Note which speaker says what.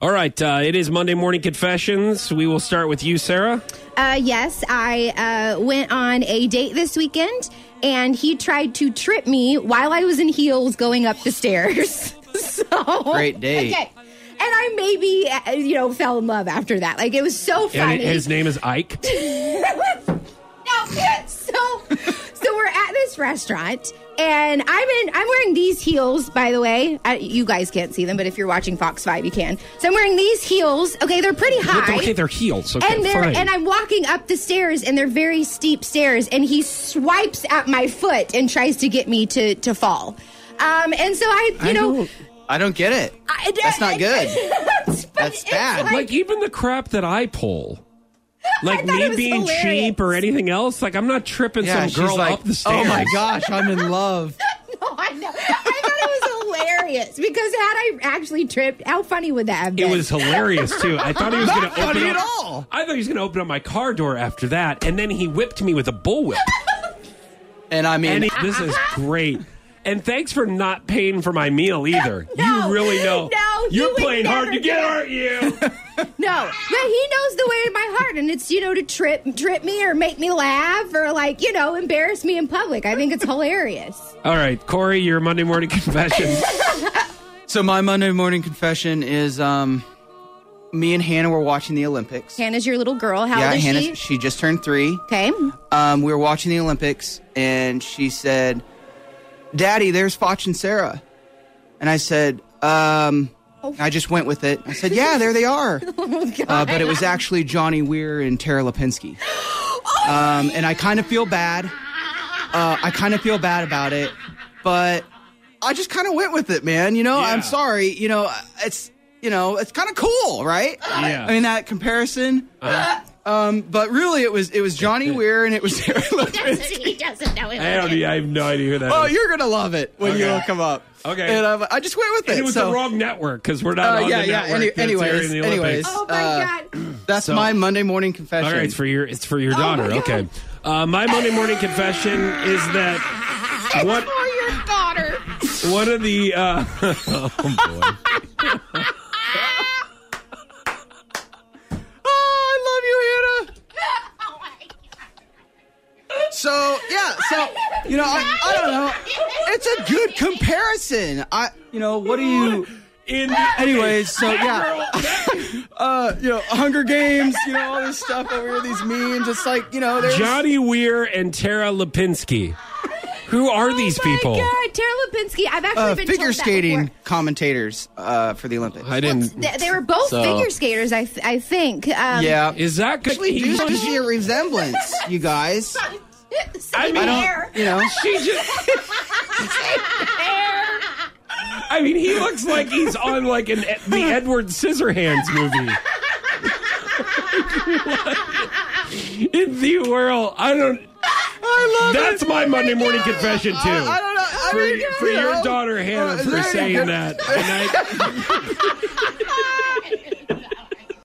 Speaker 1: All right, uh, it is Monday Morning Confessions. We will start with you, Sarah.
Speaker 2: Uh, yes, I uh, went on a date this weekend, and he tried to trip me while I was in heels going up the stairs. so
Speaker 3: Great date.
Speaker 2: Okay. And I maybe uh, you know fell in love after that. Like it was so funny.
Speaker 1: And his name is Ike.
Speaker 2: no, so so we're at this restaurant. And I'm in. I'm wearing these heels, by the way. I, you guys can't see them, but if you're watching Fox Five, you can. So I'm wearing these heels. Okay, they're pretty high
Speaker 1: okay, they're heels. Okay,
Speaker 2: and they're
Speaker 1: fine.
Speaker 2: and I'm walking up the stairs and they're very steep stairs and he swipes at my foot and tries to get me to to fall. Um, and so I, you
Speaker 1: I
Speaker 2: know,
Speaker 1: don't-
Speaker 3: I don't get it.
Speaker 2: I,
Speaker 3: That's not good.
Speaker 2: That's, but
Speaker 3: That's
Speaker 2: it's
Speaker 3: bad.
Speaker 2: Like,
Speaker 1: like even the crap that I pull. Like
Speaker 2: thought it
Speaker 1: me
Speaker 2: was
Speaker 1: being
Speaker 2: hilarious.
Speaker 1: cheap or anything else. Like I'm not tripping some girl up the stairs.
Speaker 3: oh my gosh, I'm in love.
Speaker 2: no, I know. I thought it was hilarious because had I actually tripped, how funny would that have
Speaker 1: It
Speaker 2: been?
Speaker 1: was hilarious too. I thought he was going to
Speaker 3: Not
Speaker 1: open
Speaker 3: funny
Speaker 1: up.
Speaker 3: at all.
Speaker 1: I thought he was going to open up my car door after that, and then he whipped me with a bullwhip.
Speaker 3: And I
Speaker 1: and
Speaker 3: mean,
Speaker 1: he, this is great. And thanks for not paying for my meal either.
Speaker 2: No.
Speaker 1: you really know.
Speaker 2: No, you
Speaker 1: you're
Speaker 2: would
Speaker 1: playing hard
Speaker 2: never
Speaker 1: to
Speaker 2: do
Speaker 1: get,
Speaker 2: that.
Speaker 1: aren't you?
Speaker 2: no, but he knows the way in my heart, and it's you know to trip trip me or make me laugh or like you know embarrass me in public. I think it's hilarious.
Speaker 1: All right, Corey, your Monday morning confession.
Speaker 3: so my Monday morning confession is um, me and Hannah were watching the Olympics.
Speaker 2: Hannah's your little girl. How
Speaker 3: yeah,
Speaker 2: old is
Speaker 3: Hannah,
Speaker 2: she?
Speaker 3: she just turned three.
Speaker 2: Okay.
Speaker 3: Um, we were watching the Olympics, and she said, "Daddy, there's Foch and Sarah," and I said, um,
Speaker 2: Oh.
Speaker 3: "I just went with it." I said, "Yeah, there they are," uh, but it was actually Johnny Weir and Tara Lipinski, um, and I kind of feel bad. Uh, I kind of feel bad about it, but I just kind of went with it, man. You know,
Speaker 1: Yeah.
Speaker 3: I'm sorry. You know, it's you know, it's kind of cool, right?
Speaker 1: Yeah. Uh-huh.
Speaker 3: I mean that comparison. Um, but really, it was it was Johnny Weir and it was Sarah Lipinski.
Speaker 2: he doesn't know it.
Speaker 1: I don't. e, I have no idea who that
Speaker 3: Oh,
Speaker 1: is.
Speaker 3: you're gonna love it when you
Speaker 1: Okay.
Speaker 3: look him up.
Speaker 1: Okay.
Speaker 3: And um, I just went with it.
Speaker 1: And it was
Speaker 3: so,
Speaker 1: the wrong network because we're
Speaker 3: Uh,
Speaker 1: not on
Speaker 3: yeah,
Speaker 1: the
Speaker 3: yeah,
Speaker 1: network.
Speaker 3: any-
Speaker 1: that's airing
Speaker 3: anyways,
Speaker 1: the Olympics.
Speaker 3: anyways.
Speaker 2: Oh my
Speaker 3: Uh,
Speaker 2: god.
Speaker 3: That's
Speaker 1: So-
Speaker 3: my Monday morning confession.
Speaker 1: All right, it's for your it's for your daughter.
Speaker 2: Oh God.
Speaker 1: okay. Uh, my Monday morning confession is that what
Speaker 2: your daughter.
Speaker 1: one of the uh,
Speaker 3: oh, I Ah, love you, Hannah. So yeah, so you know, I, I don't know. It's a good comparison. I, you know, what do you?
Speaker 1: in the,
Speaker 3: Anyways, so yeah.
Speaker 1: Girl, that-
Speaker 3: uh, you know, Hunger Games, you know, all this stuff over here, these memes. It's like, you know, there's
Speaker 1: Johnny Weir and Tara Lipinski. Who are these people?
Speaker 2: Oh My God, Tara Lipinski. I've actually
Speaker 3: uh,
Speaker 2: been
Speaker 3: figure
Speaker 2: told that
Speaker 3: skating
Speaker 2: before.
Speaker 3: commentators uh, for the Olympics.
Speaker 1: I didn't.
Speaker 2: They, they were both
Speaker 3: So-
Speaker 2: figure skaters, I, I think. Um,
Speaker 3: yeah.
Speaker 1: Is that good?
Speaker 3: Actually, do you see a resemblance, you guys?
Speaker 1: I
Speaker 2: Same
Speaker 1: mean-
Speaker 2: hair.
Speaker 3: You know,
Speaker 1: She just. I mean, he looks like he's on like an E, the Edward Scissorhands movie. In the world, I don't.
Speaker 3: I love
Speaker 1: That's my Monday morning confession too.
Speaker 3: I, I don't know. I
Speaker 1: for
Speaker 3: mean,
Speaker 1: for
Speaker 3: you
Speaker 1: your
Speaker 3: know,
Speaker 1: daughter
Speaker 3: uh,
Speaker 1: Hannah
Speaker 3: is there
Speaker 1: for
Speaker 3: any-
Speaker 1: saying that. And I,